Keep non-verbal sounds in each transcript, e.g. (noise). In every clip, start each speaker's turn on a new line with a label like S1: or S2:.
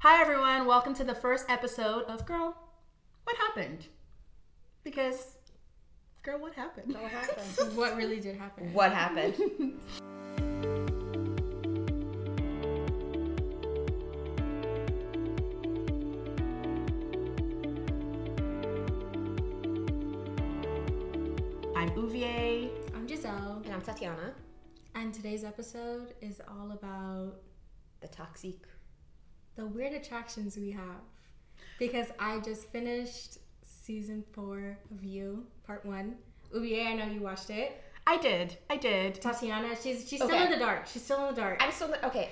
S1: Hi, everyone. Welcome to the first episode of Girl, What Happened? Because, girl, what happened? (laughs)
S2: What happened?
S3: What really did happen?
S2: what
S3: (laughs)
S2: happened?
S1: I'm Uvier.
S3: I'm Giselle,
S2: And I'm Tatiana,
S3: and today's episode is all about
S2: the toxic.
S3: the weird attractions we have. Because I just finished season four of You, part one. Ubier, I know you watched it.
S1: I did. I did.
S3: Tatiana, she's she's still
S2: Okay.
S3: in the dark. She's still in the dark.
S2: I'm still okay.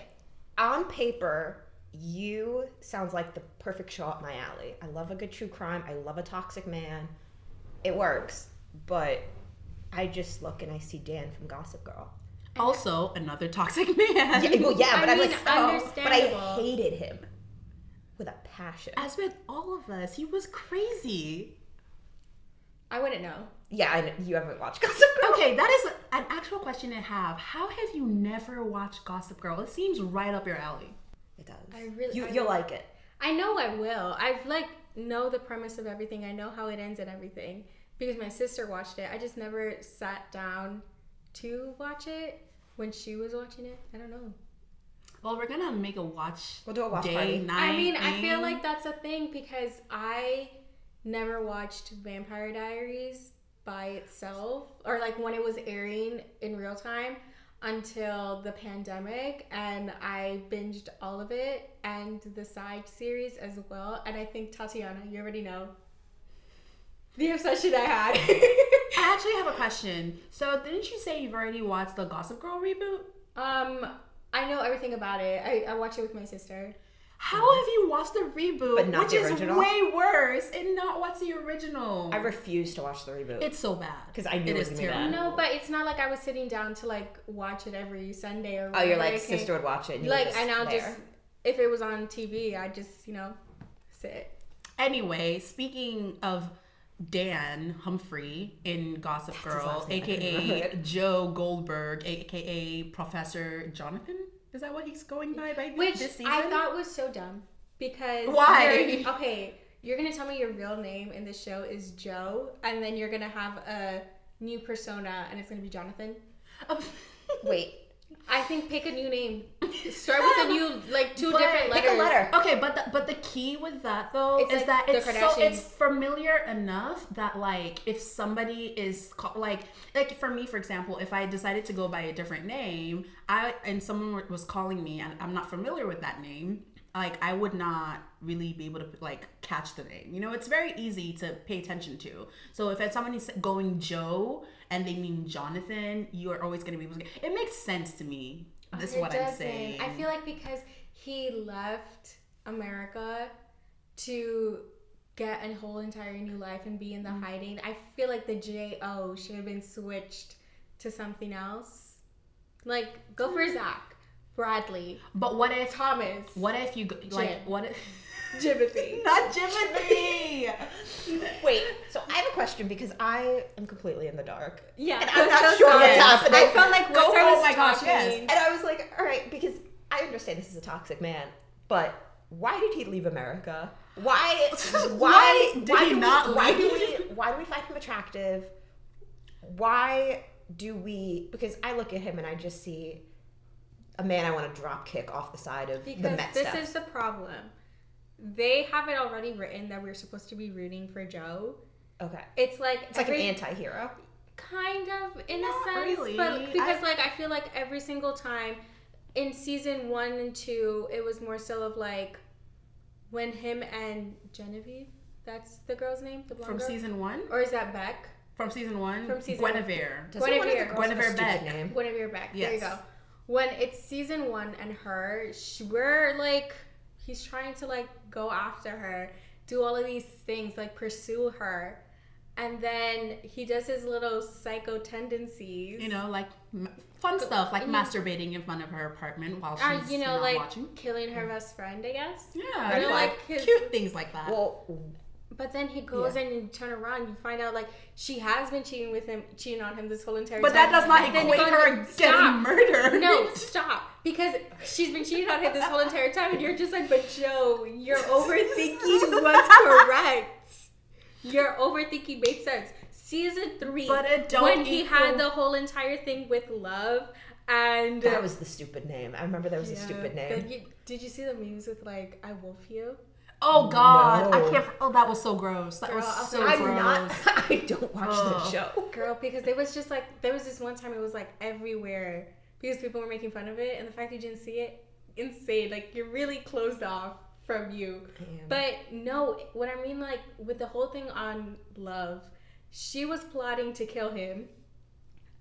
S2: On paper, you sounds like the perfect show up my alley. I love a good true crime. I love a toxic man. It works, but I just look and I see Dan from Gossip Girl.
S1: Also, another toxic (laughs) man.
S2: Yeah, well, yeah,
S3: I
S2: but I am
S3: mean,
S2: like, oh, but I
S3: understandable.
S2: hated him with a passion.
S1: As with all of us, he was crazy.
S3: I wouldn't know.
S2: Yeah, I know, you haven't watched Gossip Girl.
S1: Okay, that is an actual question I have. How have you never watched Gossip Girl? It seems right up your alley.
S2: It does.
S3: I really-
S2: you,
S3: I-
S2: you'll like it.
S3: I know I will. I've like know the premise of everything. I know how it ends and everything because my sister watched it. I just never sat down to watch it when she was watching it. I don't know.
S1: Well, we're gonna make a watch.
S2: We'll do a watch
S1: day
S2: party.
S1: night.
S3: I mean, I feel
S1: thing.
S3: like that's a thing because I never watched Vampire Diaries by itself or like when it was airing in real time until the pandemic and I binged all of it and the side series as well. And I think Tatiana, you already know the obsession I had. (laughs)
S1: I actually have a question. So, didn't you say you've already watched the Gossip Girl reboot?
S3: um, I know everything about it. I, I watch it with my sister.
S1: How have you watched the reboot,
S2: Mm-hmm. But not
S1: which
S2: the
S1: is
S2: original?
S1: way worse, and not watched the original?
S2: I refuse to watch the reboot.
S1: it's so bad
S2: 'Cause I knew it was
S1: is
S2: gonna be bad.
S3: No, but it's not like I was sitting down to like watch it every Sunday or.
S2: oh, your
S3: whatever
S2: like
S3: it came-
S2: sister would watch it. And you were
S3: Like
S2: just
S3: and I'll
S2: there.
S3: just if it was on TV, I just you know sit.
S1: Anyway, speaking of Dan Humphrey in Gossip Girl,
S2: last name, I couldn't remember
S1: aka
S2: it.
S1: Joe Goldberg, aka Professor Jonathan. Is that what he's going by by
S3: Which
S1: this season?
S3: I thought was so dumb because
S1: Why?
S3: you're- Okay, you're gonna tell me your real name in the show is Joe, and then you're gonna have a new persona, and it's gonna be Jonathan.
S1: (laughs)
S2: wait.
S3: I think pick a new name. Start with a new like two
S1: But-
S3: different letters.
S2: Pick a letter.
S1: Okay, but the, but the key with that though
S3: It's
S1: is
S3: like
S1: that
S3: the
S1: it's so it's
S3: Kardashians.
S1: familiar enough that like if somebody is ca- like like for me for example, if I decided to go by a different name, I and someone were- was calling me and I'm not familiar with that name, like I would not really be able to like catch the name. You know, it's very easy to pay attention to. So if it's somebody's going Joe and they mean Jonathan, you are always going to be able to. It makes sense to me. That's
S3: It
S1: what I'm
S3: doesn't.
S1: saying.
S3: I feel like because he left America to get a whole entire new life and be in
S2: Mm-hmm.
S3: the hiding, I feel like the J O should have been switched to something else. Like go
S2: Mm.
S3: for Zach, Bradley,
S1: but what if
S3: Thomas, (laughs)
S1: What if you go, like
S3: Jim.
S1: what
S3: (laughs)
S1: if
S3: Jimothy.
S1: not Jimothy?
S2: Wait. So I have a question because I am completely in the dark.
S3: Yeah,
S2: And I'm
S3: that's
S2: not
S3: so
S2: sure what's
S3: sad.
S2: happening.
S3: I felt like
S1: Go
S3: once I
S1: for it.
S3: was
S1: Oh my gosh, yes.
S3: talking-
S2: And I was like, all right, because I understand this is a toxic man, but why did he leave America? Why? Why,
S1: (laughs) Why did he
S2: do we-
S1: not
S2: Why do
S1: leave?
S2: we? Why do we find him attractive? Why do we? Because I look at him and I just see a man I want to drop kick off the side of the
S3: Because
S2: Met
S3: this
S2: steps.
S3: is the problem. They have it already written that we're supposed to be rooting for Joe.
S2: okay,
S3: It's like
S2: it's like
S3: every-
S2: an anti-hero.
S3: kind of in
S1: Not
S3: a sense
S1: really.
S3: but because
S1: I-
S3: like i feel like every single time in season one and two it was more so of like when him and genevieve that's the girl's name the
S1: (laughs)
S3: blonde
S1: From
S3: girl?
S1: season one?
S3: or is that beck
S1: From season one?
S3: From season one.
S1: Guinevere.
S2: Doesn't one of the
S3: Guinevere.
S2: girls have a
S1: Guinevere
S2: stupid
S1: Beck.
S2: name?
S3: whenever beck there you
S1: Yes.
S3: go when it's season one and her sh we're like he's trying to like go after her do all of these things like pursue her and then he does his little psycho tendencies
S1: You know, like m- fun stuff, like
S3: Mhm.
S1: masturbating in front of her apartment while she's
S3: Or, Uh, you know,
S1: not
S3: like
S1: watching.
S3: killing her best friend, I guess.
S1: Yeah,
S3: you know,
S1: like
S3: like his-
S1: cute things like that.
S2: Well,
S3: But then he goes and you turn around, you find out like she has been cheating with him, cheating on him this whole entire
S1: But that
S3: time.
S1: does not
S3: And then
S1: equate
S3: going,
S1: her getting
S3: "Stop."
S1: murdered.
S3: No, stop. Because she's been cheating on him this whole entire time, and you're just like, but Joe, you're
S1: (laughs)
S3: overthinking what's correct. Your overthinking made sense. Season three,
S1: But it don't
S3: when he had
S1: equal-
S3: the whole entire thing with love and
S2: That was the stupid name. I remember that was a
S3: Yeah.
S2: stupid
S3: But
S2: name.
S3: you- did you see the memes with like I wolf you?
S1: (laughs) Oh God, I
S2: No.
S1: can't. Oh, that was so gross. That
S3: Girl, I'll
S1: was so
S3: say-
S1: gross.
S2: I'm not. (laughs) I don't watch
S1: Oh.
S2: the show.
S3: Girl, because it was just like there was this one time it was like everywhere because people were making fun of it, and the fact you didn't see it, insane. Like you're really closed off from you.
S2: Damn.
S3: But no, what I mean like with the whole thing on love, she was plotting to kill him,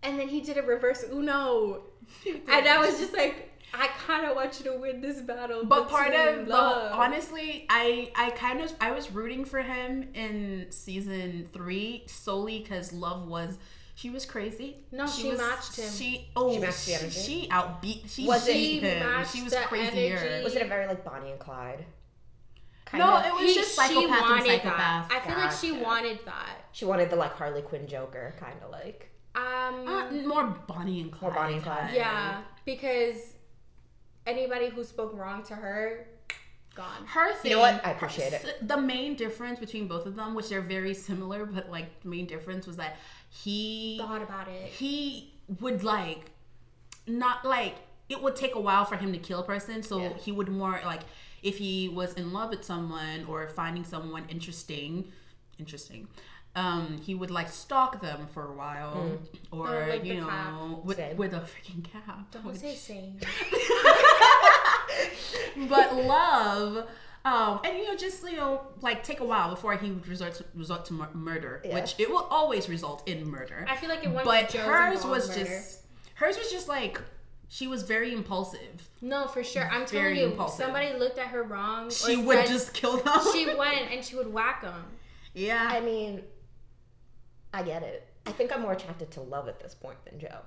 S3: and then he did a reverse Uno, (laughs) and I was just like, I kind of want you to win this battle.
S1: But part
S3: between
S1: of the honestly, I I kind of I was rooting for him in season three solely because love was she was crazy.
S3: No, she
S1: was-
S3: matched him.
S1: She oh she
S2: She matched the
S1: she,
S2: energy?
S1: outbeat she
S2: Was it-
S1: beat
S3: She
S1: him.
S3: matched
S1: She was
S3: the
S1: crazier.
S3: energy.
S2: was it a very like Bonnie and Clyde? Kind
S1: No,
S2: of?
S1: it was
S3: He-
S1: just
S3: she
S1: psychopath and
S3: wanted
S1: psychopath.
S3: That. I feel like she
S2: Gotcha.
S3: wanted that.
S2: she wanted the like Harley Quinn Joker, kind of like.
S3: Um,
S1: Uh, more Bonnie and Clyde.
S2: More Bonnie and Clyde.
S3: yeah, because anybody who spoke wrong to her, gone.
S1: Her thing,
S2: know what? I appreciate it.
S1: s- The main difference between both of them, which they're very similar, but like the main difference was that he
S3: Thought about it.
S1: he would like not like it would take a while for him to kill a person so
S2: Yeah.
S1: he would more like if he was in love with someone or finding someone interesting interesting um he would like stalk them for a while or
S3: Or, Mm. like,
S1: you
S3: the
S1: know
S3: cap.
S1: with,
S2: Same.
S1: with a freaking cap
S3: Don't say same. (laughs)
S1: but love um, and you know, just you know, like take a while before he would resort to, resort to mur- murder,
S2: Yeah.
S1: which it will always result in murder
S3: I feel like it was.
S1: but hers was just hers was just like she was very impulsive.
S3: no for sure. I'm
S1: very
S3: telling you,
S1: impulsive.
S3: somebody looked at her wrong. or
S1: She would
S3: said-
S1: just kill them.
S3: She went and she would whack them.
S1: (laughs) yeah.
S2: I mean, I get it. I think I'm more attracted to love at this point than Joe.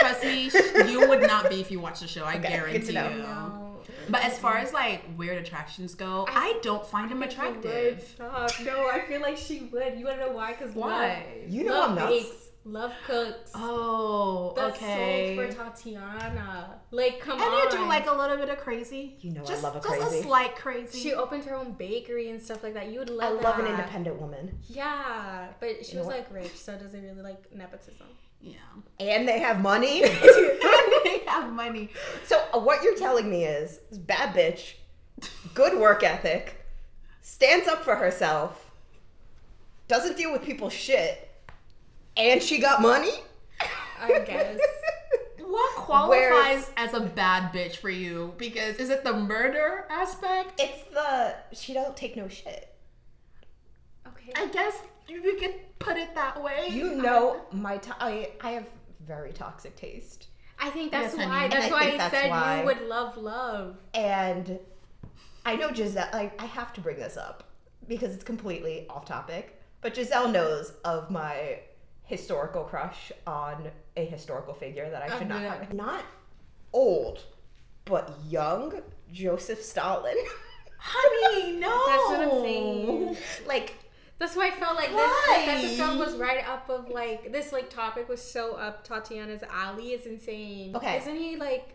S1: Trust me, sh- you would not be if you watched the show. I
S2: good to
S1: guarantee you.
S2: know.
S1: Oh,
S3: No.
S1: But as far as like weird attractions go, I, don't find him attractive.
S3: Stop. No, I feel like she would. You want to know why? Because
S1: Why?
S2: You know
S3: love
S2: I'm nuts.
S3: bakes, love cooks.
S1: Oh,
S3: That's
S1: okay.
S3: sold for Tatiana. Like, come
S1: and
S3: on.
S1: you do like a little bit of crazy.
S2: You know I
S1: just,
S2: love a
S1: Just a
S2: crazy.
S1: slight crazy.
S3: she opened her own bakery and stuff like that. You would
S2: I
S3: love.
S2: love an
S3: that.
S2: independent woman.
S3: Yeah, but she
S2: You
S3: was
S2: know
S3: like rich, so it doesn't really like nepotism.
S1: yeah. (laughs)
S2: And they have (laughs) money.
S1: they have money.
S2: so uh, what you're telling me is this bad bitch, good work ethic, stands up for herself, doesn't deal with people's shit, and she got money?
S3: I guess.
S1: What
S2: Whereas-
S1: qualifies as a bad bitch for you? Because is it the murder aspect?
S2: (laughs) it's the she don't take no shit.
S3: Okay.
S1: I guess you could put it that way.
S2: You know my to- I, I have very toxic taste.
S3: I think that's
S1: Yes, honey.
S3: why.
S1: And
S3: That's
S2: I
S3: why
S2: think
S3: I
S2: that's
S3: said
S2: why.
S3: you would love love.
S2: And I know Giselle, like, I have to bring this up because it's completely off topic, but Giselle knows of my historical crush on a historical figure that I should not
S3: yeah.
S2: have. Not old, but young Joseph Stalin.
S1: honey, no.
S3: (laughs) That's what I'm saying.
S2: (laughs) like,
S3: That's why I felt like this,
S2: Why?
S3: this episode was right up of like this like topic was so up Tatiana's alley. It's insane.
S2: Okay.
S3: Isn't he like?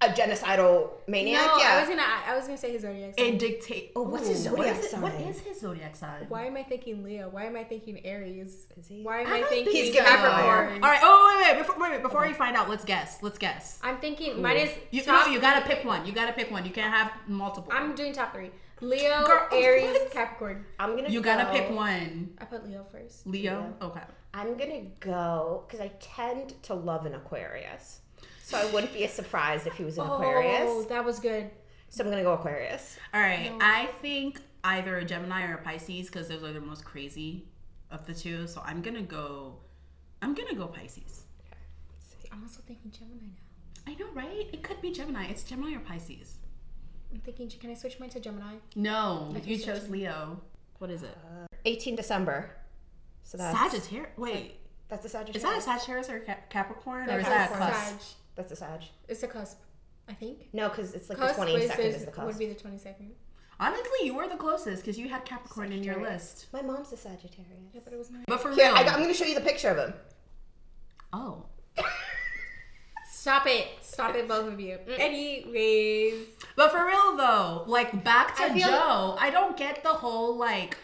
S2: a genocidal
S3: No,
S2: maniac?
S3: I was
S2: yeah.
S3: gonna. I was gonna say his zodiac. sign.
S1: It dictate. Oh,
S2: what's his
S1: what
S2: zodiac
S1: is, it- What
S2: sign?
S1: is his zodiac sign?
S3: Why am I thinking Leo? Why am I thinking Aries?
S2: Is he?
S3: Why am
S1: I
S3: I,
S1: don't
S3: thinking?
S1: think
S2: He's giving her
S3: Capricorn?
S2: fire.
S1: All right. Oh wait, wait, wait. Before, wait, wait, before you find out, let's guess. Let's guess.
S3: I'm thinking. Mine is.
S1: You
S3: top-
S1: no, you gotta pick one. You gotta pick one. You can't have multiple.
S3: I'm doing top three. Leo,
S1: Girl,
S3: Aries,
S1: what?
S3: Capricorn.
S2: I'm gonna
S1: you gotta
S2: go-
S1: pick one.
S3: I put Leo first.
S1: Leo. Okay.
S2: I'm gonna go because I tend to love an Aquarius, so I wouldn't be surprised if he was an
S3: Oh,
S2: Aquarius.
S3: that was good.
S2: So I'm gonna go Aquarius.
S1: All right. I think either a Gemini or a Pisces because those are the most crazy of the two. So I'm gonna go. I'm gonna go Pisces.
S3: I'm also thinking Gemini now.
S1: I know, right? It could be Gemini. It's Gemini or Pisces.
S3: I'm thinking, can I switch mine to Gemini?
S1: No,
S3: Like
S1: you
S3: a Sag-
S1: chose Leo. What is it?
S2: Uh, 18 December. So that's
S1: Sagittarius. Wait,
S2: That's a
S1: is
S2: Sagittarius.
S1: that a Sagittarius or Cap- Capricorn, or is
S2: Capricorn.
S1: that a cusp?
S3: Sag.
S2: That's a Sag.
S3: It's a cusp, I think.
S2: No, because it's like
S3: Cusp
S2: the
S3: is,
S2: 22nd is,
S3: is-
S2: the
S3: would
S2: cusp.
S3: be the 22nd.
S1: Honestly, you were the closest because you had Capricorn in your
S2: Sagittarius.
S1: list.
S2: My mom's a Sagittarius.
S3: Yeah, but it was my.
S1: But for
S2: Here,
S1: real,
S2: I got, I'm going to show you the picture of him.
S1: oh,
S3: Stop it! Stop it, both of you. Mm. Anyways,
S1: but for real though, like back to
S3: I feel-
S1: Joe, I don't get the whole like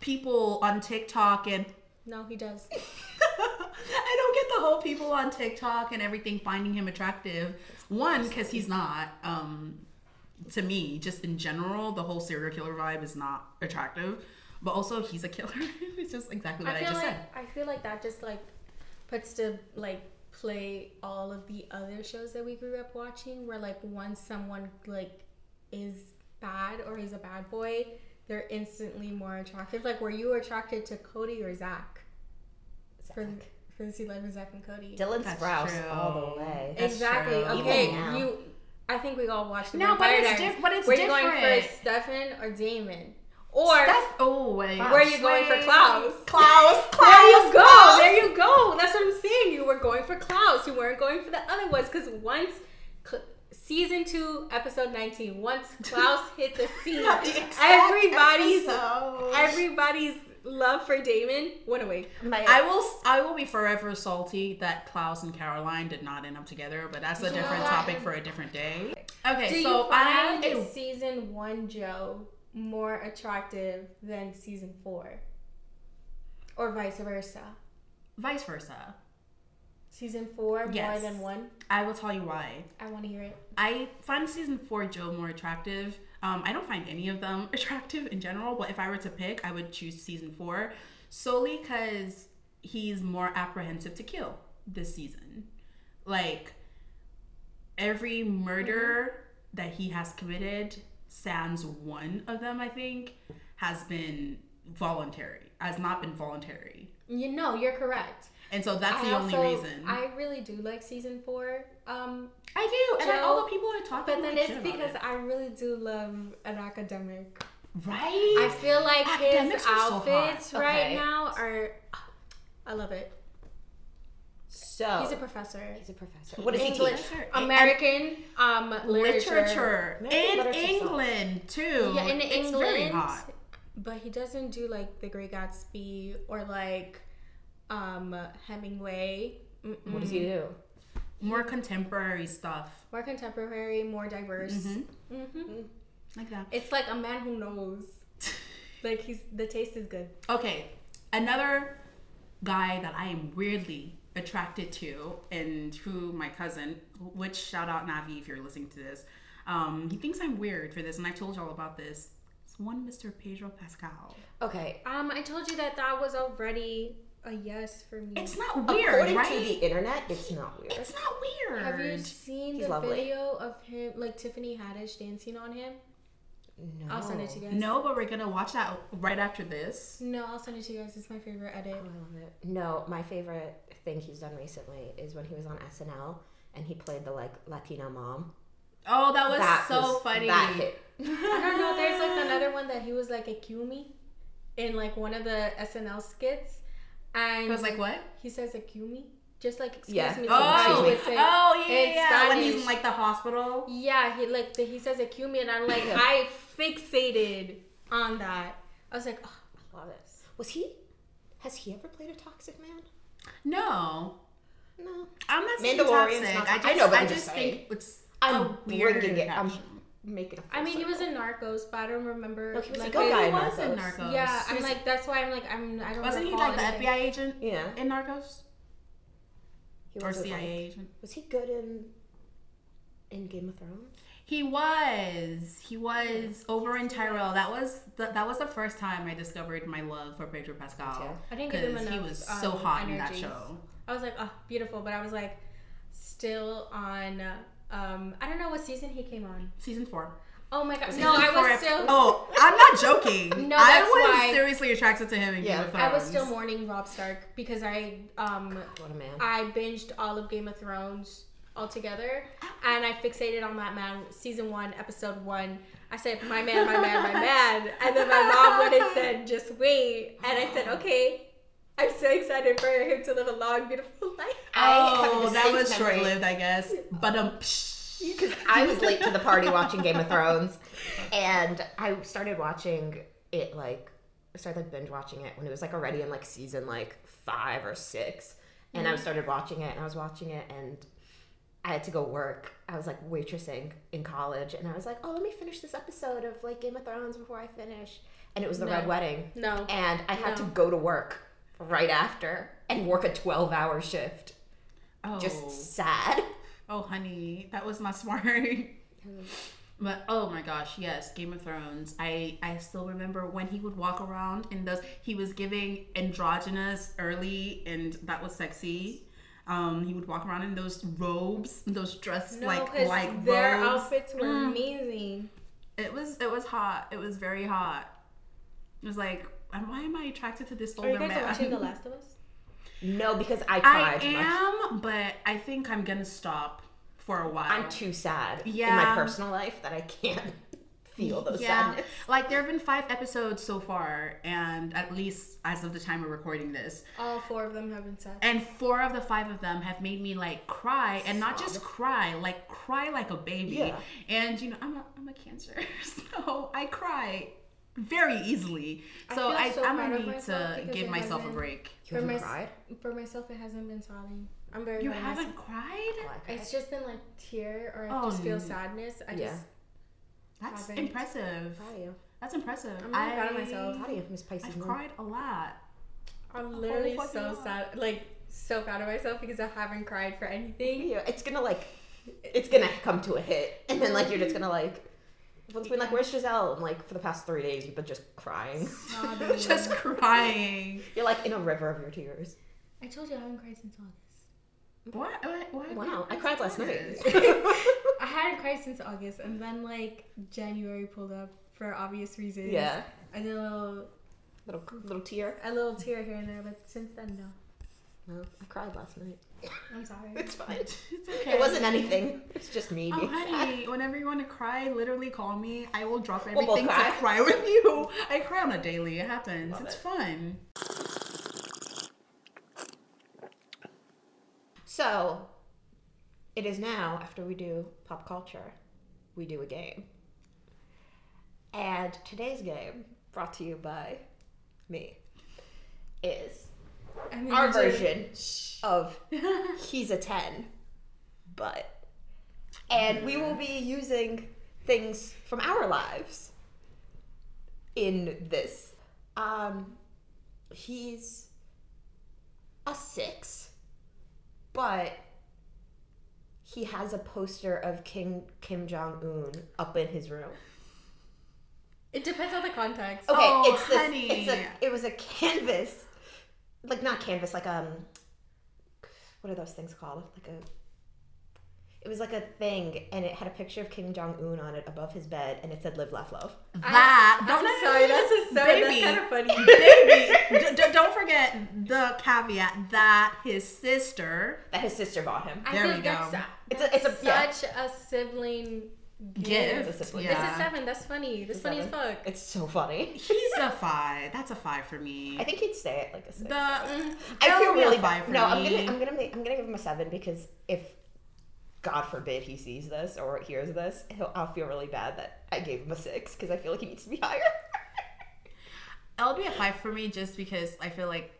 S1: people on TikTok and
S3: no, he does.
S1: (laughs) I don't get the whole people on TikTok and everything finding him attractive. One, because he's not. Um, to me, just in general, the whole serial killer vibe is not attractive. But also, he's a killer. (laughs) it's just exactly what I,
S3: I feel
S1: just
S3: like
S1: said.
S3: I feel like that just like puts to like play all of the other shows that we grew up watching, where like once someone like is bad or is a bad boy, they're instantly more attractive. Like, were you attracted to Cody or Zach for the for the Sea Life of Zach and Cody?
S2: Dylan
S1: That's
S2: Sprouse
S1: true.
S2: all the way.
S1: That's
S3: exactly.
S1: true.
S3: Okay,
S2: Even now.
S3: you. I think we all watched. the
S1: No, but
S3: Vampire
S1: it's
S3: Diaries.
S1: diff- but it's
S3: were you going
S1: different.
S3: for Stefan or Damon? Or
S1: Steph, oh wait,
S2: Klaus.
S3: were you going for
S1: Wait.
S3: Klaus?
S1: Klaus, Klaus,
S3: There you go.
S1: Klaus.
S3: There you go. That's what I'm saying. You were going for Klaus. You weren't going for the other ones because once cl- season two, episode 19, once Klaus
S1: (laughs)
S3: hit the scene,
S1: Not the exact
S3: everybody's Oh.
S1: episode.
S3: everybody's love for Damon went away.
S2: My,
S1: I will. I will be forever salty that Klaus and Caroline did not end up together, but that's a
S3: you know
S1: different
S3: what?
S1: topic for a different day. Okay,
S3: Do
S1: so
S3: you
S1: I'm
S3: find
S1: a
S3: season one Joe more attractive than season four, or vice versa?
S1: vice versa.
S3: Season four
S1: Yes.
S3: more than one.
S1: I will tell you why.
S3: I want to hear it.
S1: I find season four Joe more attractive. Um, I don't find any of them (laughs) attractive in general, but if I were to pick, I would choose season four solely because he's more apprehensive to kill this season. Like every murder
S3: Mm-hmm.
S1: that he has committed, sans one of them, I think, has been voluntary, has not been voluntary.
S3: You know, you're correct.
S1: And so that's
S3: I
S1: the
S3: also-
S1: only reason. I,
S3: I really do like season four. Um,
S1: do, and then
S3: Joe-
S1: all the people are talking.
S3: but then
S1: like
S3: it's
S1: shit about
S3: because
S1: it.
S3: I really do love an academic.
S1: right.
S3: I feel like
S1: Academics
S3: his
S1: are so hot.
S3: outfits right
S2: Okay.
S3: now are. I love it.
S2: so
S1: Oh.
S3: He's a professor.
S2: he's a professor. What does he
S3: English,
S2: teach?
S1: Professor.
S3: American, um, literature.
S1: literature
S2: American
S1: in
S2: literature sucks.
S1: England too.
S3: Yeah, in
S1: it's
S3: England.
S1: very hot.
S3: But he doesn't do like the Great Gatsby or like um Hemingway. Mm-mm.
S2: What does he
S1: Hmm.
S2: do?
S1: More contemporary stuff
S3: More contemporary, more diverse.
S1: Mhm.
S3: Mhm.
S1: like that.
S3: It's like a man who knows. Like he's the taste is good.
S1: (laughs) Okay, another guy that I am weirdly attracted to, and who my cousin, which shout out Navi if you're listening to this, um, he thinks I'm weird for this, and I told y'all about this. It's one Mr. Pedro Pascal.
S2: Okay.
S3: Um, I told you that that was already a yes for me.
S1: It's not weird,
S2: According
S1: right?
S2: to the internet, it's not weird.
S1: it's not weird.
S3: Have you seen
S2: He's
S3: the
S2: lovely.
S3: video of him, like Tiffany Haddish dancing on him?
S2: No.
S3: I'll send it to you guys.
S1: no, but we're gonna watch that right after this.
S3: No, I'll send it to you guys. It's my favorite edit.
S1: Oh,
S2: I love it. No, my favorite thing he's done recently is when he was on SNL and he played the like Latina mom.
S1: Oh, that was so
S2: was-
S1: funny.
S2: That hit.
S3: I don't know. There's like another one that he was like a Cumi in like one of the SNL skits, and
S1: It was like what?
S3: he says a Cumi, just like excuse
S2: Yeah.
S3: me.
S1: Oh,
S3: sometimes he
S1: oh
S3: would say-
S1: yeah, yeah,
S3: in
S1: yeah. When he's in
S3: Spanish.
S1: like the hospital.
S3: Yeah, he like the, he says a Cumi, and
S1: (laughs)
S3: I'm like
S2: Yeah.
S3: I fixated on that. I was like, oh,
S2: I love it. Was he? Has he ever played a toxic man?
S1: No,
S2: No.
S1: I'm not saying
S2: Mandalorian's
S1: toxic.
S2: not-
S1: I, just,
S2: I know, but
S1: I
S2: I'm
S1: just
S2: just saying.
S1: think it's
S2: I'm
S1: a weird
S2: bringing it. I'm
S1: attraction.
S2: making a full
S3: I mean, he was
S2: circle.
S3: in Narcos, but I don't remember.
S2: No, he was a
S3: like,
S2: good
S3: his-
S2: guy
S1: He
S2: in
S1: was in
S2: Narcos.
S1: Narcos.
S3: Yeah, I'm
S1: He's-
S3: like that's why I'm like I'm I don't.
S1: wasn't he
S3: recall
S1: like the
S3: anything.
S1: FBI agent
S2: Yeah.
S1: in Narcos
S2: He
S1: or
S2: wasn't, like-
S1: CIA agent?
S2: Was he good in in Game of Thrones?
S1: He was. He was over in Tyrell. That was the, that was the first time I discovered my love for Pedro Pascal
S2: too.
S3: I didn't give him
S1: because
S3: enough.
S1: he was so
S3: um,
S1: hot in that
S3: energy.
S1: show.
S3: I was like, oh, beautiful, but I was like, still on. Um, I don't know what season he came on.
S1: Season four.
S3: Oh my god,
S1: Season
S3: no, I
S1: four
S3: was
S1: ep-
S3: still.
S1: Oh, I'm not joking.
S3: (laughs) No,
S1: I
S3: that's
S1: was
S3: why-
S1: seriously attracted to him in
S2: Yeah.
S1: Game of Thrones.
S3: I was still mourning Rob Stark because I um
S2: What a man.
S3: I binged all of Game of Thrones altogether, and I fixated on that man. Season one, episode one. I said, "My man, my man, my man," and then my mom went and said, "Just wait," and I said, "Okay." I'm so excited for him to live a long, beautiful life.
S2: I have a
S1: Oh, that
S2: distinct
S1: was
S2: memory.
S1: short lived, I guess. But um,
S2: Because I was late to the party watching Game of Thrones, and I started watching it like I started like binge watching it when it was like already in like season like five or six, and I started watching it and I was watching it and I had to go work. I was like waitressing in college, and I was like, oh, let me finish this episode of like Game of Thrones before I finish, and it was the
S3: No.
S2: Red Wedding,
S3: No.
S2: and I had to
S3: No.
S2: go to work right after and work a twelve hour shift.
S1: Oh,
S2: Just sad.
S1: oh, honey, that was not smart. But oh my gosh, yes, Game of Thrones. I I still remember when he would walk around in those. He was giving androgynous early, and that was sexy. Um, he would walk around in those robes, those dress
S3: No,
S1: like
S3: 'cause
S1: like
S3: their
S1: robes.
S3: outfits were amazing.
S1: It was it was hot. It was very hot. It was like, and why am I attracted to this
S3: Are
S1: older
S3: you guys
S1: man? (laughs)
S3: watching The Last of Us?
S2: No, because I
S1: I
S2: cried. much.
S1: am, but I think I'm gonna stop for a while.
S2: I'm too sad in my
S1: Yeah.
S2: personal life that I can't (laughs) feel those
S1: yeah,
S2: sadness.
S1: like there have been five episodes so far, and at least as of the time we're recording this,
S3: All four of them have been sex.
S1: and four of the five of them have made me like cry, and not just cry, like cry like a baby.
S2: Yeah.
S1: And you know, I'm a I'm a cancer, (laughs) so I cry very easily.
S3: I
S1: So
S3: feel
S1: I,
S3: so
S1: I'm
S3: proud
S1: gonna
S3: of
S1: need
S3: myself
S1: to
S3: because
S1: give
S3: it
S1: myself a
S3: hasn't-
S1: break.
S2: You haven't
S3: my,
S2: cried?
S3: For myself, it hasn't been sobbing. I'm very.
S1: You
S3: proud of myself.
S1: haven't cried?
S3: It's just been like tear, or I
S1: Oh,
S3: just
S1: no.
S3: feel sadness. I
S2: Yeah.
S3: just
S1: That's
S3: Haven't.
S1: impressive.
S2: Proud of you.
S1: That's impressive.
S3: I'm really proud of myself.
S2: Proud of you, Miss Pisces.
S1: I've
S2: Moon.
S1: cried a lot.
S3: I'm literally
S1: fucking
S3: so
S1: lot.
S3: sad, like so proud of myself because I haven't cried for anything.
S2: Yeah, it's gonna like, it's gonna come to a hit, (laughs) and then like you're just gonna like. Everyone's been like, "Where's Giselle?" And like for the past three days, you've been just crying. (laughs)
S3: (laughs)
S1: (laughs)
S3: Sobbing.
S1: Just crying.
S2: You're like in a river of your tears.
S3: I told you I haven't cried since August.
S1: What? What? what?
S2: Wow, I cried last night.
S3: I hadn't cried since August, and then like January pulled up for obvious reasons.
S2: yeah,
S3: I did a little,
S2: (laughs) little little tear.
S3: a little tear here and there, but since then, no.
S2: No, I cried last night. (laughs)
S3: I'm sorry.
S2: It's fine.
S1: It's okay.
S2: It wasn't anything. It's just me.
S1: Oh,
S2: being sad.
S1: honey, whenever you want to cry, literally call me. I will drop
S2: both
S1: everything
S2: cry.
S1: to cry with you. I cry on a daily. It happens.
S2: Love
S1: it's
S2: it.
S1: fun.
S2: So, it is now, after we do pop culture, we do a game. And today's game, brought to you by me, is
S3: And then
S2: our
S3: you did-
S2: version of He's a 10, but. And we will be using things from our lives in this. Um, he's a six, but he has a poster of King Kim Jong Un up in his room.
S3: It depends on the context.
S2: Okay,
S1: Oh,
S2: it's this.
S1: honey.
S2: It's a, it was a canvas, like not canvas, like um, what are those things called? Like a. It was like a thing, and it had a picture of Kim Jong Un on it above his bed, and it said "Live, Laugh, Love."
S1: That.
S3: I,
S1: don't
S3: I'm sorry, that's a sorry,
S1: baby.
S3: that's kind of funny.
S2: (laughs)
S1: baby. D- d- don't forget the caveat that his sister.
S2: That his sister bought him.
S3: I
S1: There
S3: feel
S1: we
S3: that's,
S1: go.
S2: It's a- it's a-
S3: such
S2: yeah.
S3: a sibling
S1: Gift.
S2: It's a sibling.
S1: Yeah.
S3: It's a seven. That's funny. That's funny as
S2: Seven.
S3: fuck.
S2: It's so funny.
S1: He's a five. That's a five for me.
S2: I think he'd say it like a six.
S1: the mm,
S2: I feel
S1: that'll be a
S2: really
S1: five
S2: bad.
S1: for
S2: No, I'm
S1: me.
S2: gonna I'm gonna make, I'm gonna give him a seven because if God forbid he sees this or hears this, he'll, I'll feel really bad that I gave him a six because I feel like he needs to be higher. (laughs)
S1: It'll be a five for me just because I feel like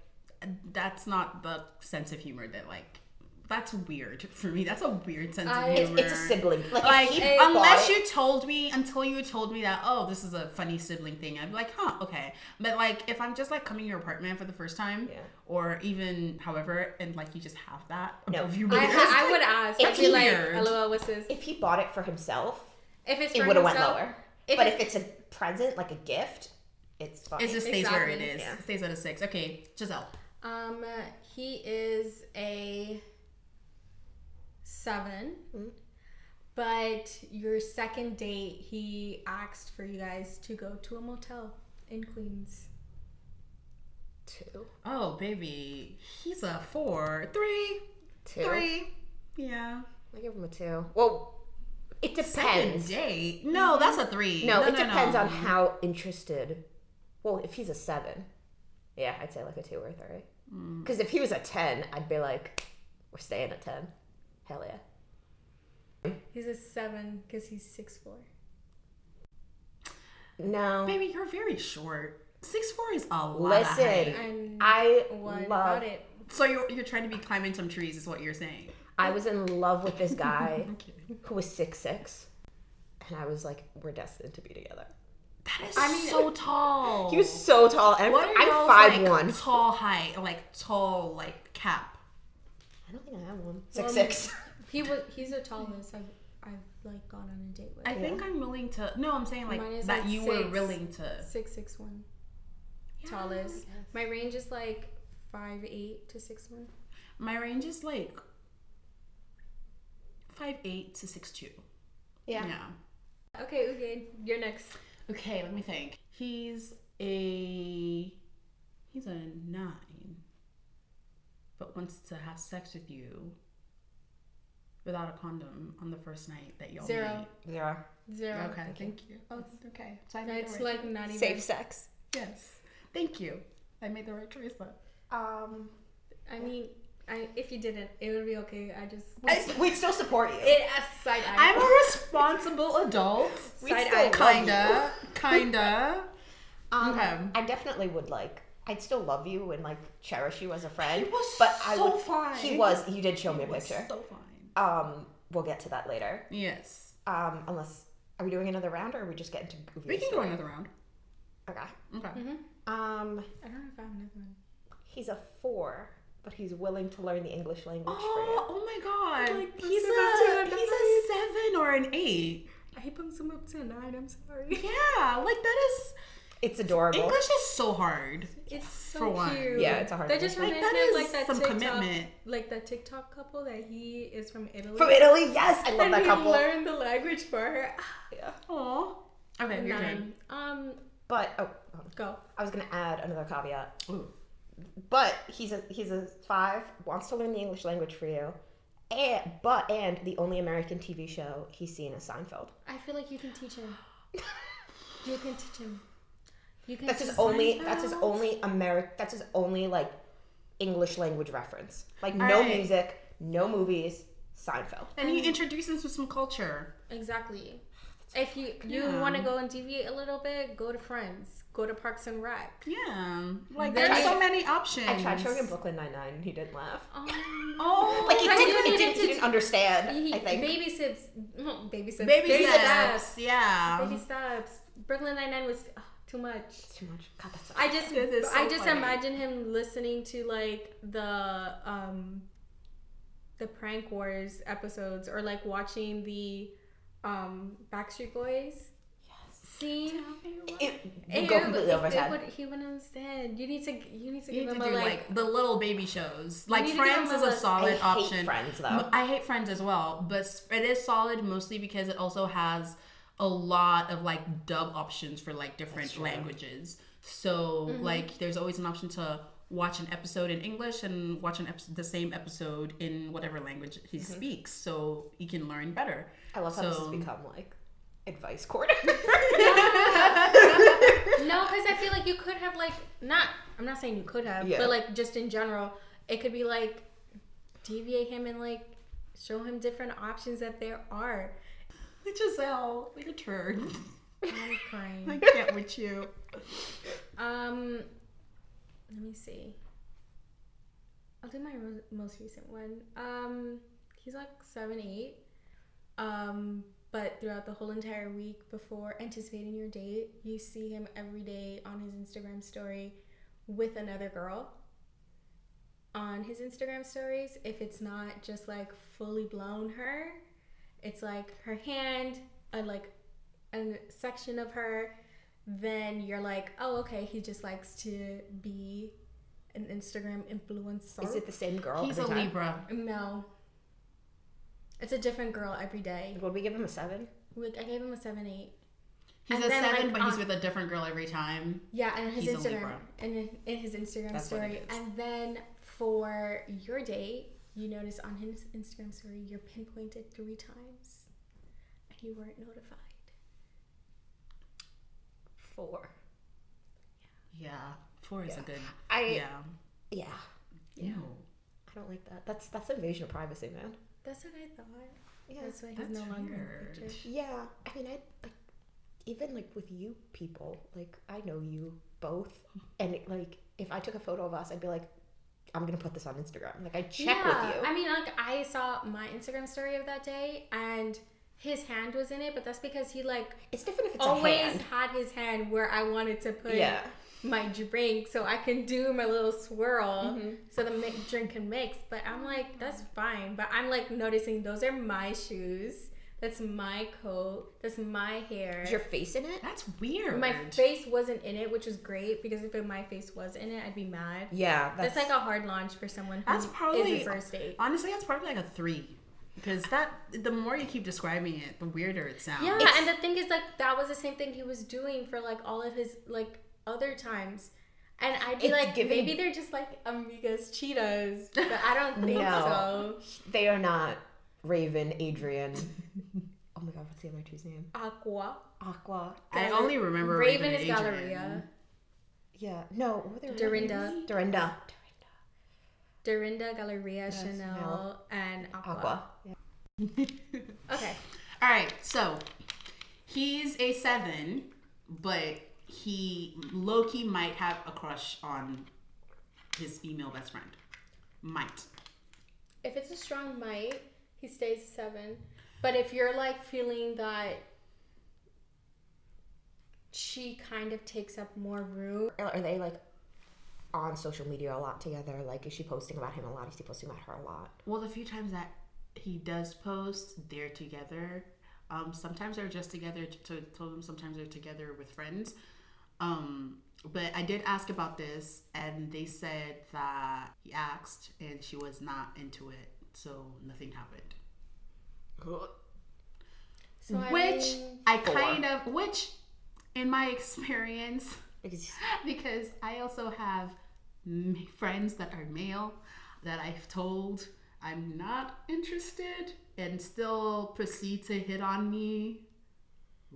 S1: that's not the sense of humor that like that's weird for me. That's a weird sense
S3: I-
S1: of
S3: It's-
S1: humor.
S2: it's a sibling. Like,
S1: Like
S2: if he
S3: it-
S2: bought
S1: unless
S2: it-
S1: you told me until you told me that oh this is a funny sibling thing, I'd be like huh okay. But like if I'm just like coming to your apartment for the first time
S2: Yeah.
S1: or even however and like you just have that
S2: No.
S1: above you.
S3: I,
S1: because-
S3: I, I would ask. I'd
S2: It's
S3: be like,
S1: weird.
S3: "Lol, what's this?"
S2: if he bought it for himself,
S3: If it's
S2: it
S3: for
S2: would have went
S3: himself-
S2: lower.
S3: if
S2: but
S3: it's-
S2: if it's a present, like a gift, it's fine.
S1: (laughs) it just stays where it
S3: Exactly,
S1: is.
S2: yeah.
S1: It stays at a six. Okay, Giselle.
S3: Um, he is a seven,
S2: Mhm.
S3: but your second date, he asked for you guys to go to a motel in Queens.
S2: two,
S1: Oh baby, he's a four, three,
S2: two.
S1: three. Yeah.
S2: I give him a two. Well, it
S1: Second
S2: depends. Mm-hmm.
S1: date? No, that's a three.
S2: No, it depends on how interested. Well, if he's a seven, yeah, I'd say like a two or a three. Mm. Because if he was a ten, I'd be like, we're staying at ten. Hell yeah.
S3: He's a seven because he's six four.
S2: No.
S1: Baby, you're very short. Six four is a lot.
S2: Listen.
S1: Of height.
S3: And
S2: I
S3: what
S2: love
S3: about it?
S1: So you're, you're trying to be climbing some trees, is what you're saying.
S2: I was in love with this guy
S1: I'm kidding.
S2: who was six six, and I was like, we're destined to be together.
S1: That is
S2: I mean-
S1: so tall.
S2: He was so tall, and
S1: what are
S2: I'm
S1: y'all's,
S2: five
S1: like,
S2: one.
S1: Tall height, like tall, like cap.
S2: I don't think I have one. Um,
S3: Well,
S2: Six six.
S3: He was. He's a tallest I've I've like gone on a date with.
S1: I think I'm willing to. No, I'm saying like
S3: Mine is,
S1: that
S3: like,
S1: you were
S3: six.
S1: willing to.
S3: six six one tallest. My range is like five eight to six one.
S1: My range is like five eight to six two.
S2: Yeah.
S1: yeah.
S3: Okay, okay, you're next.
S1: Okay, let me think. He's a he's a nine, but wants to have sex with you without a condom on the first night that y'all
S3: Zero.
S1: meet.
S2: Yeah.
S3: Zero.
S1: Okay, thank you. Oh, okay. So I made
S3: It's
S1: the right.
S3: like not
S2: (laughs)
S3: even.
S2: Safe sex.
S1: yes, thank you. I made the right choice. Though.
S2: Um,
S3: I mean, I, if you didn't, it would be okay. I just.
S2: we'd, we'd still support you.
S3: It a side eye.
S1: I'm (laughs) a responsible adult.
S2: We'd
S3: side
S2: still
S3: eye
S2: love
S1: Kinda,
S2: you.
S1: (laughs) kinda.
S2: Um,
S1: Okay.
S2: I definitely would like. I'd still love you and like cherish you as a friend.
S1: He was
S2: but I
S1: so
S2: would,
S1: fine.
S2: He was. You did show me a
S1: It was
S2: picture.
S1: So fine.
S2: Um, we'll get to that later.
S1: Yes,
S2: Um, unless are we doing another round or are we just getting to goofy
S1: we can go
S2: story?
S1: another round.
S2: Okay.
S1: Okay.
S2: Um,
S3: I don't know if I have another one.
S2: he's a four, but he's willing to learn the English language
S1: Oh, oh my god.
S3: Like, this
S1: he's
S3: is up to
S1: a
S3: a
S1: he's a seven or an eight.
S3: I bumped him up to a nine. I'm sorry.
S1: (laughs) Yeah, like that is
S2: for you. It's adorable.
S1: English is so hard.
S3: It's so
S1: For one.
S3: cute.
S2: Yeah, it's a hard
S3: That just
S2: one.
S1: Like
S3: reminds
S1: that
S3: me of
S1: is
S3: like that
S1: some
S3: TikTok,
S1: commitment.
S3: like that TikTok couple that he is from Italy.
S2: From Italy, yes, I love
S3: and
S2: that
S3: he
S2: couple.
S3: learned the language for her.
S2: Yeah.
S1: Aw. Okay, you're good.
S3: Nine. Um,
S2: But oh, oh,
S3: go.
S2: I was gonna add another caveat.
S1: Ooh.
S2: But he's a he's a five, wants to learn the English language for you. And, but and the only American TV show he's seen is
S3: (laughs)
S2: Seinfeld.
S3: I feel like you can teach him. you can teach him. You can.
S2: That's
S3: teach
S2: his only. That's his
S1: Seinfeld?
S2: only American. That's his only like English language reference. Like
S1: All
S2: no
S1: right.
S2: music, no movies. Seinfeld.
S1: And he introduces us to some culture.
S3: Exactly. If you you
S1: Yeah.
S3: want to go and deviate a little bit, go to Friends. Go to Parks and Rec.
S1: Yeah. Like
S3: Then
S1: there's
S2: I-
S1: so many options.
S2: I tried showing him Brooklyn Nine Nine. He didn't laugh.
S3: (laughs) Um,
S1: Oh
S2: Like he
S3: I
S2: didn't.
S3: didn't
S2: He didn't, he
S3: to-
S2: didn't understand.
S3: he
S2: I think.
S3: babysits. No, babysits.
S1: (laughs) baby
S3: Baby
S1: steps.
S3: steps.
S1: Yeah.
S3: Baby steps. Brooklyn Nine Nine was oh, too much.
S2: It's too much. God, that's.
S3: I just
S1: This is so
S3: I just
S1: funny.
S3: imagine him listening to like the um the prank wars episodes or like watching the um Backstreet Boys scene.
S2: It would go
S3: Ew,
S2: completely over
S3: it
S2: his head.
S3: would, he wouldn't understand. You need to you need to
S1: You
S3: give
S1: need to
S3: him
S1: do
S3: a like,
S1: like the little baby shows. Like
S3: need to give
S1: Friends
S3: him
S1: is
S3: a
S1: a
S3: list.
S2: I
S1: solid
S2: hate
S1: option.
S2: Friends
S1: M-
S2: though.
S1: I hate Friends as well, but s- it is solid mostly because it also has a lot of like dub options for like different languages. So like there's always an option to watch an episode in English and watch an episode, the same episode in whatever language he speaks, so he can learn better.
S2: I love how this has
S1: So-
S2: become like advice corner. (laughs)
S3: No, because I feel like you could have like not. I'm not saying you could have,
S2: Yeah.
S3: but like just in general, it could be like deviate him and like show him different options that there are.
S1: Giselle, like a (laughs) turd.
S3: I'm crying.
S1: I can't with you.
S3: Um, let me see. I'll do my ro- most recent one. Um, he's like seven, eight. Um, but throughout the whole entire week before anticipating your date, you see him every day on his Instagram story with another girl. On his Instagram stories, if it's not just like fully blown her, it's like her hand, a like a section of her, then you're like, oh, okay, he just likes to be an Instagram influencer.
S2: Is it the same girl?
S1: He's a
S2: every time?
S1: Libra.
S3: no. It's a different girl every day.
S2: Would we give him a seven?
S3: Like, I gave him a 7 8.
S1: He's
S3: And
S1: a
S3: then,
S1: seven,
S3: like,
S1: but he's
S3: on-
S1: with a different girl every time.
S3: Yeah, and his
S1: He's a
S3: Instagram
S1: Libra.
S3: and in, in his Instagram
S2: That's what
S3: story.
S2: it is.
S3: And then for your date, you notice on his Instagram story you're pinpointed three times, and you weren't notified.
S2: Four.
S1: Yeah, four is a
S2: Yeah.
S1: good.
S2: I yeah.
S1: Yeah.
S2: I don't like that. That's that's invasion of privacy, man.
S3: That's what I thought.
S2: Yeah.
S3: That's why he's
S1: That's
S3: no longer
S1: weird.
S3: in the picture.
S2: Yeah, I mean, I like even like with you people, like I know you both, and it, like if I took a photo of us, I'd be like, I'm gonna put this on Instagram. Like I check with you.
S3: I mean, like I saw my Instagram story of that day, and his hand was in it, but that's because he like
S2: it's different if it's a
S3: always
S2: hand.
S3: had his hand where I wanted to put
S2: Yeah,
S3: my drink, so I can do my little swirl,
S2: Mm-hmm.
S3: so the mi- drink can mix. But I'm like, that's fine. But I'm like noticing those are my shoes. That's my coat. That's my hair.
S2: is your face in it?
S1: That's weird.
S3: my face wasn't in it, which was great because if my face was in it, I'd be mad.
S2: Yeah,
S3: That's, like a hard launch for someone who
S1: That's probably-
S3: is a first date.
S1: Honestly, that's probably like a three. Because that, the more you keep describing it, the weirder it sounds.
S3: Yeah,
S2: It's-
S3: and the thing is, like, that was the same thing he was doing for like all of his like other times, and I'd be
S2: It's
S3: like,
S2: giving-
S3: maybe they're just like amigas cheetahs, but
S2: (laughs)
S3: I don't think
S2: No.
S3: so.
S2: they are not Raven, Adrian. oh my god, what's the other two's name?
S3: Aqua,
S2: Aqua.
S1: I only remember
S3: Raven, is
S1: and Adrian.
S3: Galleria,
S2: Yeah, no, what were their
S3: Dorinda,
S2: names? Dorinda.
S3: Dorinda, Galleria, Chanel,
S2: Chanel.
S3: and Aqua.
S2: Aqua. Yeah.
S3: Okay,
S1: All right, so he's a seven, but he Loki might have a crush on his female best friend. Might.
S3: if it's a strong might, he stays a seven, but if you're like feeling that. She kind of takes up more room.
S2: Are are they like on social media a lot together? Like, is she posting about him a lot? Is he posting about her a lot?
S1: Well, the few times that he does post, they're together. Um, sometimes they're just together. To told them sometimes they're together with friends. Um, but I did ask about this, and they said that he asked, and she was not into it, so nothing happened.
S3: So I
S1: which
S3: mean-
S1: I
S2: Four.
S1: kind of, which in my (laughs) experience,
S2: Because he's-
S1: (laughs) because I also have m- friends that are male that I've told I'm not interested and still proceed to hit on me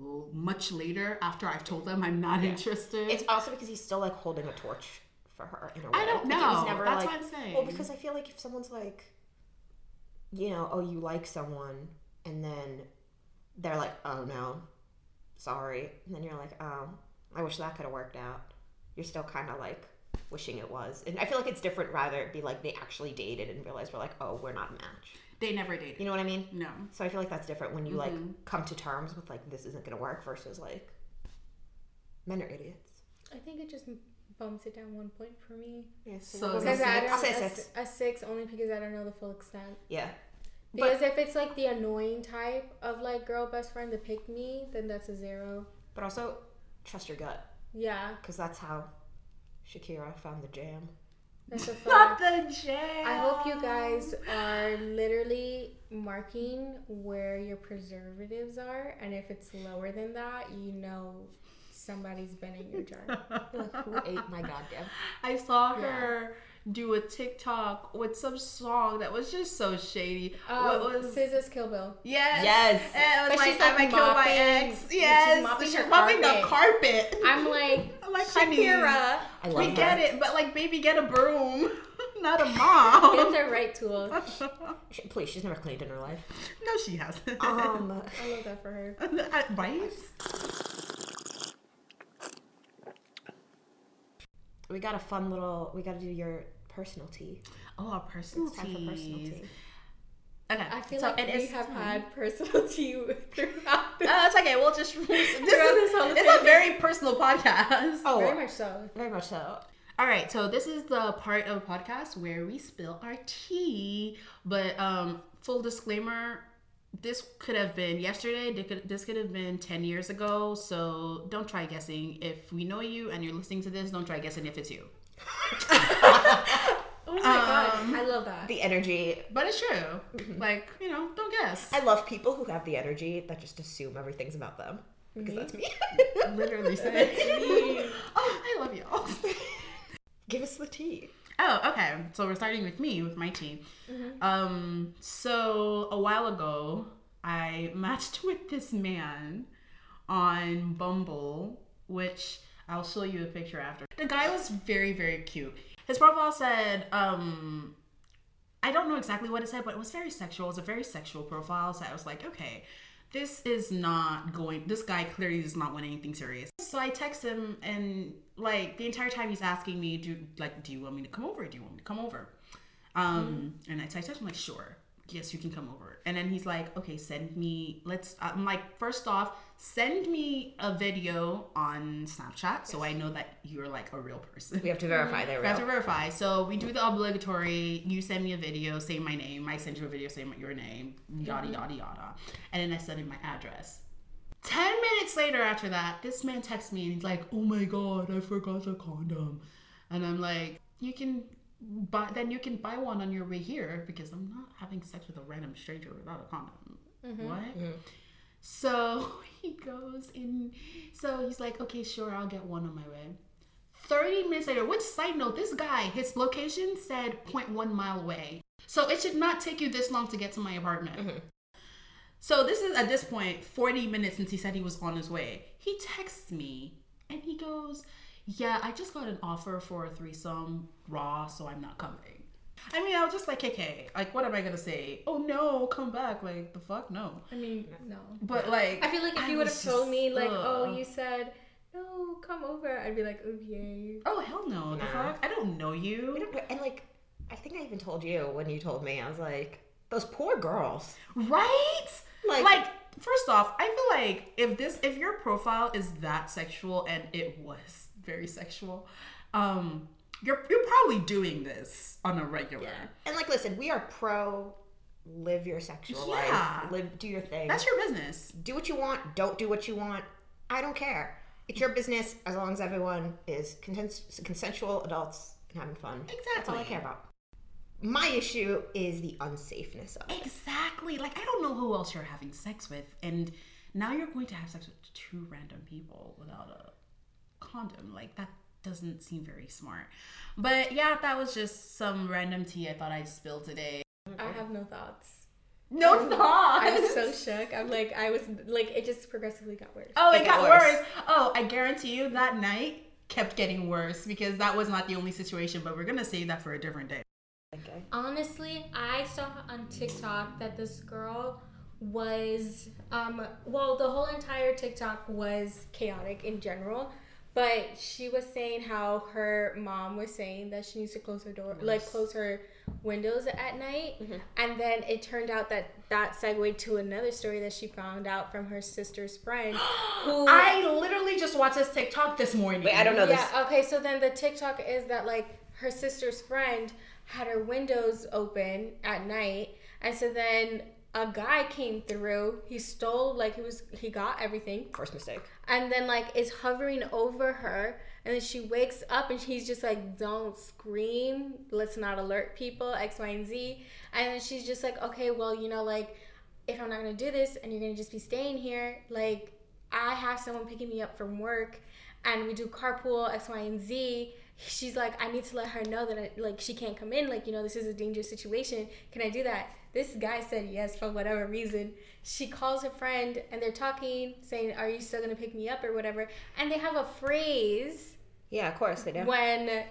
S1: l- much later after I've told them I'm not interested.
S2: it's also because he's still like holding a torch for her in a way.
S1: Mm. I don't
S2: Like, it was
S1: know.
S2: never,
S1: That's
S2: like-
S1: what I'm saying.
S2: Well, because I feel like if someone's like, you know, oh, you like someone, and then they're like, oh no, sorry, and then you're like, oh, I wish that could have worked out. You're still kind of like wishing it was, and I feel like it's different. Rather, it'd be like they actually dated and realized we're like, oh, we're not a match.
S1: they never dated.
S2: You know what I mean?
S1: No.
S2: So I feel like that's different when you
S1: Mm-hmm.
S2: like come to terms with like this isn't gonna work versus like men are idiots.
S3: I think it just bumps it down one point for me.
S2: Yes.
S1: So-
S2: we'll go
S1: Because
S3: Because I
S2: six.
S3: don't,
S2: I'll say
S3: a,
S2: six.
S3: a six only because I don't know the full extent.
S2: Yeah.
S3: Because if it's like the annoying type of like girl best friend to pick me, then that's a zero.
S2: But also, trust your gut,
S3: Yeah,
S2: because that's how Shakira found the jam.
S3: that's a
S1: Not
S3: five.
S1: the jail.
S3: I hope you guys are literally marking where your preservatives are, and if it's lower than that, you know somebody's been in
S1: (laughs)
S3: your jar.
S2: Who ate my goddamn?
S1: I saw her do a TikTok with some song that was just so shady.
S3: Oh,
S1: what was
S3: Scissors Kill Bill.
S1: Yes.
S2: Yes.
S1: And it was
S3: But
S1: like,
S3: she's, like,
S1: I might kill my
S3: mopping-
S1: ex.
S3: she's
S1: Yes.
S3: mopping
S1: she's
S3: her
S1: mopping the carpet.
S3: I'm like
S1: (laughs) I'm like, honey,
S3: Shakira.
S2: I love
S1: we
S2: her.
S1: get it, but like, baby, get a broom, (laughs) not a
S3: Get
S1: mom.
S3: the right
S1: (laughs)
S3: tool. I
S2: Sh- Please, she's never cleaned in her life.
S1: no, she hasn't.
S3: Uh-huh.
S1: (laughs) Uh,
S2: Um,
S3: love that for her.
S1: right?
S2: (laughs) we got a fun little. We got to do your personal tea.
S1: Oh, our personal
S2: Time for personal tea.
S1: Okay.
S3: I feel
S1: so
S3: like
S1: it
S3: we
S1: is
S3: have
S1: time.
S3: had personal (laughs) tea throughout
S1: No,
S3: this.
S1: that's Oh, okay. We'll just. (laughs) this is,
S3: this whole
S1: it's a very personal podcast.
S2: Oh,
S3: Very much so.
S2: very
S1: (laughs)
S2: much so.
S1: All right, so this is the part of the podcast where we spill our tea. But um, full disclaimer, this could have been yesterday. This could, this could have been ten years ago. So don't try guessing. If we know you and you're listening to this, don't try guessing if it's you.
S3: Oh my
S1: Um,
S3: god, I love that.
S2: The energy.
S1: But it's true. Like you know, don't guess.
S2: I love people who have the energy that just assume everything's about them because that's me. (laughs)
S1: literally said it. Oh, I love y'all. (laughs)
S2: Give us the tea.
S1: Oh, okay. So we're starting with me, with my team. Um, so a while ago, I (laughs) matched with this man on Bumble, which I'll show you a picture after. The guy was very, very cute. His profile said, um, I don't know exactly what it said, but it was very sexual. It was a very sexual profile. So I was like, okay, this is not going. This guy clearly does not want anything serious. So I text him, and like the entire time he's asking me, do like, do you want me to come over? Do you want me to come over? Um, and I text him like, sure, yes, you can come over. And then he's like, okay, send me. Let's. I'm like, first off, send me a video on Snapchat so I know that you're like a real person.
S2: We have to verify they're
S1: We have to
S2: real.
S1: verify. So we do the obligatory. You send me a video, say my name. I send you a video, say my- your name. Yada yada yada. And then I send him my address. Ten minutes later, after that, this man texts me and he's like, "Oh my god, I forgot the condom," and I'm like, "You can." buy then you can buy one on your way here because I'm not having sex with a random stranger without a condom. What? So (laughs) he goes in. So he's like, okay, sure, I'll get one on my way. 30 minutes later, which side note, this guy, his location said 0.1 mile away. So it should not take you this long to get to my apartment.
S3: Mm-hmm.
S1: So this is at this point 40 minutes since he said he was on his way. He texts me and he goes, Yeah, I just got an offer for a threesome raw, so I'm not coming. I mean, I was just like, okay, like, what am I gonna say? Oh no, come back. Like, the fuck, no.
S3: (laughs) I mean, no.
S1: But like,
S3: I feel like if you would have
S1: was
S3: told
S1: just- uh,
S3: me, like,
S1: ugh.
S3: oh, you said, no, come over, I'd be like, oh, yay.
S1: oh hell no, the
S2: Nah.
S1: fuck, I don't know you.
S2: We don't- And like, I think I even told you when you told me, I was like, those poor girls.
S1: Right? Like,
S2: Like-
S1: first off, I feel like if this if your profile is that sexual and it was very sexual, um you're you're probably doing this on a regular.
S2: And like, listen, we are pro live your sexual
S1: Yeah.
S2: life, live, do your thing,
S1: That's your business.
S2: do what you want, don't do what you want. I don't care. It's your business as long as everyone is consen- consensual adults and having fun. That's all I
S1: Exactly.
S2: care about. My issue is the unsafeness of it.
S1: Exactly. Like I don't know who else you're having sex with and now you're going to have sex with two random people without a condom. Like that doesn't seem very smart. But yeah, that was just some random tea I thought I'd spill today.
S3: I have no
S1: (laughs)
S3: thoughts.
S1: No thoughts.
S3: I was so shook. I'm like, I was, like, it just progressively got worse.
S1: Oh, it,
S2: It
S1: got
S2: got
S1: worse.
S2: worse.
S1: Oh, I guarantee you that night kept getting worse because that was not the only situation, but we're going to save that for a different day.
S2: Okay.
S3: Honestly, I saw on TikTok that this girl was um well the whole entire TikTok was chaotic in general, but she was saying how her mom was saying that she needs to close her door, like close her windows at night, and then it turned out that that segued to another story that she found out from her sister's friend who
S1: I literally just watched this TikTok this morning.
S2: Wait, I don't know this.
S3: yeah, okay, so then the TikTok is that like her sister's friend had her windows open at night and so then a guy came through, he stole like he was he got everything
S2: First mistake.
S3: and then like is hovering over her and then she wakes up and he's just like don't scream let's not alert people x y and z and then she's just like okay well you know like if i'm not gonna do this and you're gonna just be staying here like i have someone picking me up from work and we do carpool x y and z she's like i need to let her know that I, like she can't come in like you know this is a dangerous situation can i do that this guy said yes for whatever reason she calls her friend and they're talking saying are you still gonna pick me up or whatever and they have a phrase
S2: Yeah, of course they do.
S3: when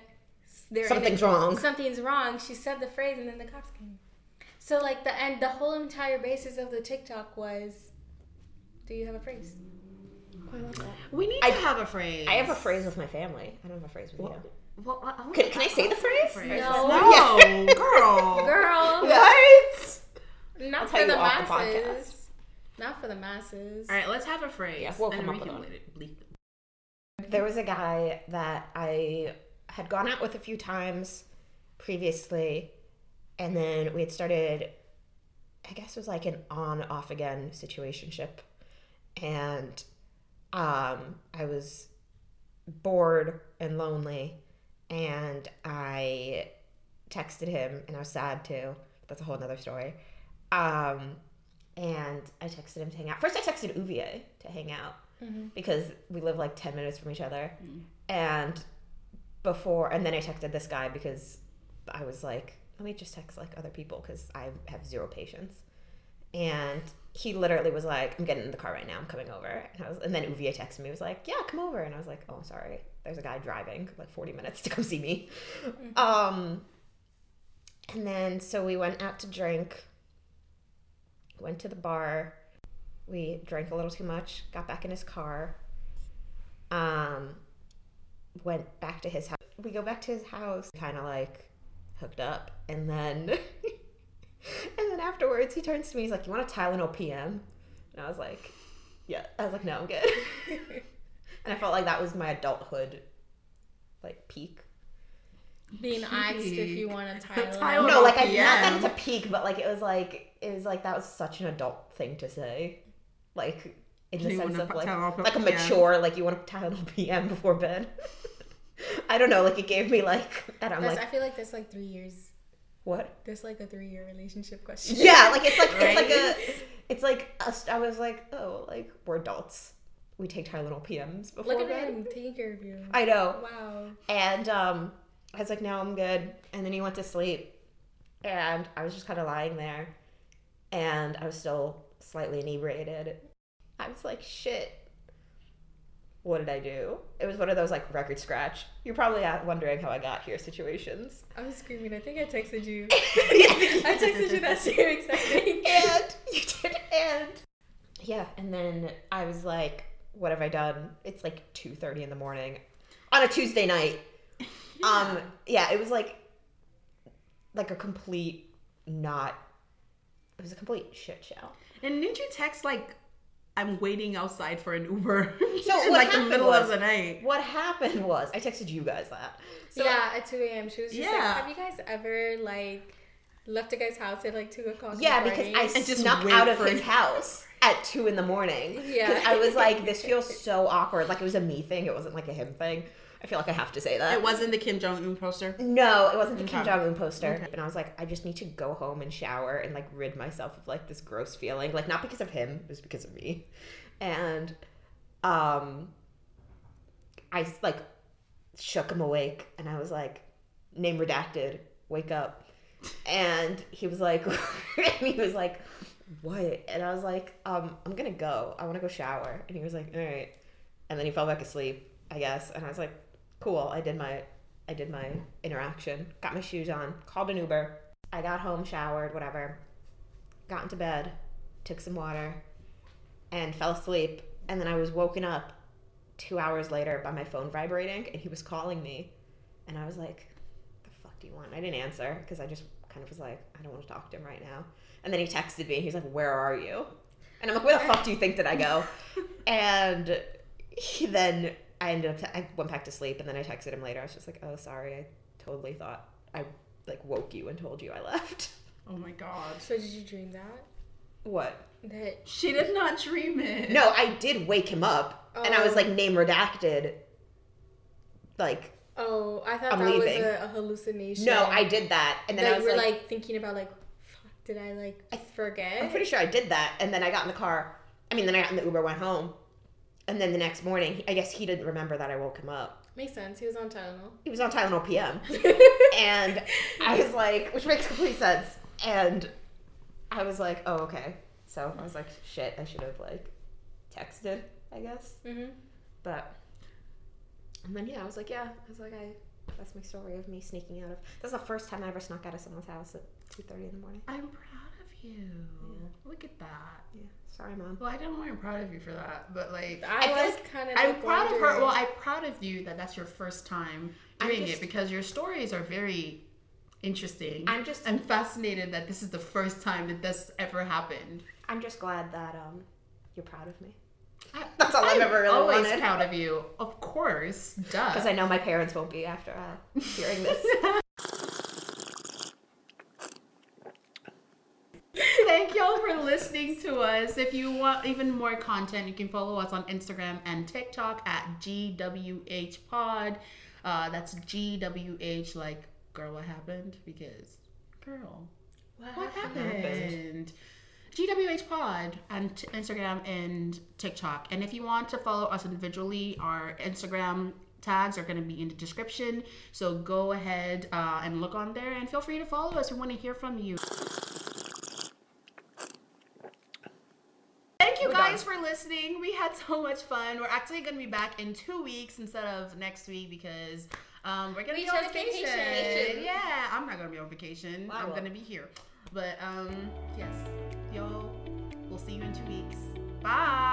S3: they're
S2: Something's
S3: in a-
S2: wrong.
S3: something's wrong she said the phrase and then the cops came so like the end the whole entire basis of the tiktok was do you have a phrase
S1: We need
S2: I-
S1: to have a phrase.
S2: I have a phrase with my family. I don't have a phrase with you.
S1: Well, I- I-
S2: Can, can I say the phrase?
S1: phrase.
S3: No.
S1: No,
S2: (laughs) Yeah.
S1: girl.
S2: (laughs)
S3: girl
S2: What?
S3: not
S2: tell
S3: for the
S2: you off the
S3: masses not for the masses
S1: All right, let's have a phrase.
S2: Yeah, we'll
S1: and
S2: come
S1: we
S2: up with
S1: can
S2: one.
S1: let it bleep.
S2: There was a guy that I had gone out with a few times previously, and then we had started, I guess it was like an on off again situationship. And um, I was bored and lonely, and I texted him, and I was sad too. That's a whole nother story. Um, and I texted him to hang out. First, I texted Uvier to hang out because we live like 10 minutes from each other. And before, and then I texted this guy because I was like, let me just text like other people because I have zero patience. And he literally was like, I'm getting in the car right now. I'm coming over. And I was, and then Uvier texted me, was like, yeah, come over. And I was like, oh, sorry. There's a guy driving like 40 minutes to come see me. Um, And then so we went out to drink, went to the bar, we drank a little too much, got back in his car, um, went back to his house. We go back to his house, kind of like hooked up, and then (laughs) and then afterwards he turns to me, he's like, "You want a Tylenol PM?" And I was like, "Yeah." I was like, "No, I'm good." (laughs) and I felt like that was my adulthood, like peak.
S3: Being asked if you want
S2: (laughs)
S3: a Tylenol.
S1: Tylenol.
S2: No, like I not that
S1: PM.
S2: it's a peak, but like it was like it was like that was such an adult thing to say, like in the
S1: You
S2: sense
S1: wanna
S2: of
S1: put
S2: like
S1: Tylenol
S2: like a
S1: PM.
S2: mature like you want to Tylenol PM before bed. (laughs) I don't know, like it gave me like and I'm
S3: That's-
S2: like
S3: I feel like that's like three years.
S2: what?
S3: That's like a three-year relationship question.
S2: Yeah, like it's like
S1: Right?
S2: it's like a it's like us. I was like oh like we're adults, we take Tylenol PMs before
S3: (laughs) Look at
S2: bed.
S3: him taking care of you.
S2: I know.
S3: Wow.
S2: And um, I was like, no, I'm good. And then he went to sleep. And I was just kind of lying there. And I was still slightly inebriated. I was like, shit. What did I do? It was one of those like record scratch. You're probably at- wondering how I got here situations. (laughs)
S3: I was screaming. I think I texted you.
S2: and
S3: I texted you that same
S2: (laughs)
S3: exact thing. (laughs)
S2: you did and yeah. And then I was like, what have I done? It's like two thirty in the morning on a Tuesday night. Um, yeah, it was like like a complete not. It was a complete shit show.
S1: And didn't you text like, "I'm waiting outside for an Uber"? (laughs)
S2: So
S1: in
S2: what
S1: like the
S2: happened
S1: middle of
S2: was-
S1: the night.
S2: What happened was I texted you guys that. So
S3: yeah, at 2 a.m. She was just like,
S1: Yeah.
S3: Have you guys ever, like, left a guy's house at, like, 2 o'clock? in the
S2: Yeah, because I
S3: morning?"
S1: And just
S2: snuck
S1: wait
S2: out of
S1: for
S2: his
S1: it.
S2: house at two in the morning.
S3: Yeah.
S2: because I was like, this feels so awkward. Like it was a me thing. It wasn't like a him thing. I feel like I have to say that.
S1: It wasn't the Kim Jong Un poster.
S2: No, it wasn't the Kim
S1: Okay.
S2: Jong Un poster. And I was like, I just need to go home and shower and like rid myself of like this gross feeling. Like not because of him, it was because of me. And um I like shook him awake and I was like, name redacted, wake up. And he was like (laughs) and he was like, What? And I was like, um, I'm gonna go. I wanna go shower. And he was like, All right. And then he fell back asleep, I guess. And I was like, Cool, I did my I did my interaction, got my shoes on, called an Uber. I got home, showered, whatever. Got into bed, took some water, and fell asleep. And then I was woken up two hours later by my phone vibrating, and he was calling me. And I was like, the fuck do you want? I didn't answer because I just kind of was like, I don't want to talk to him right now. And then he texted me, and he's like, Where are you? And I'm like, Where the fuck do you think that I go? and he then I ended up, I went back to sleep, and then I texted him later. I was just like, Oh, sorry. I totally thought I like woke you and told you I left. (laughs)
S1: Oh my god.
S3: So, did you dream that?
S2: What?
S3: That.
S1: She did not dream it.
S2: No, I did wake him up, and I was like, Name redacted. Like,
S3: Oh, I thought
S2: I'm
S3: that
S2: leaving.
S3: was a, a hallucination.
S2: no, I did that. And then
S3: That
S2: I
S3: you
S2: was
S3: were,
S2: like,
S3: like, thinking about, like, Fuck, did I, like, forget?
S2: I'm pretty sure I did that. And then I got in the car. I mean, then I got in the Uber, went home. And then the next morning, I guess he didn't remember that I woke him up.
S3: Makes sense. He was on Tylenol. (laughs)
S2: He was on Tylenol PM. and I was like, which makes complete sense. And I was like, oh, okay. So I was like, shit, I should have like texted, I guess.
S3: hmm
S2: But, and then yeah, I was like, yeah. I was like, I, that's my story of me sneaking out of, that's the first time I ever snuck out of someone's house at 2.30 in the morning.
S1: I'm proud of you. Look at that.
S2: Yeah. Sorry, mom.
S1: Well, I don't know. I'm proud of you for that, but like,
S3: I,
S1: feel
S3: was
S1: like
S3: kind of.
S1: I'm
S3: like,
S1: proud of her.
S3: wondering.
S1: Well, I'm proud of you that that's your first time
S2: I'm
S1: doing
S2: just-
S1: it because your stories are very interesting.
S2: I'm just-
S1: I'm fascinated that this is the first time that this ever happened.
S2: I'm just glad that um, you're proud of me.
S1: I-
S2: That's all I've
S1: I'm
S2: ever really
S1: always
S2: wanted.
S1: proud of you, of course.
S2: (laughs)
S1: Duh.
S2: Because I know my parents won't be after uh, hearing this.
S1: Thank y'all for listening to us. If you want even more content, you can follow us on Instagram and TikTok at GWH Pod. Uh, that's GWH, like, girl, what happened? Because, girl, what happened? GWH Pod on t- Instagram and TikTok. And if you want to follow us individually, our Instagram tags are going to be in the description. So go ahead uh, and look on there and feel free to follow us. We want to hear from you. Thank you guys for listening. We had so much fun. We're actually going to be back in two weeks instead of next week because Um, we're gonna
S3: We
S1: be on
S3: chose
S1: vacation.
S3: vacation.
S1: Yeah, I'm not gonna be on vacation.
S2: I
S1: I'm
S2: will.
S1: gonna be here. But um, yes, yo, we'll see you in two weeks. Bye.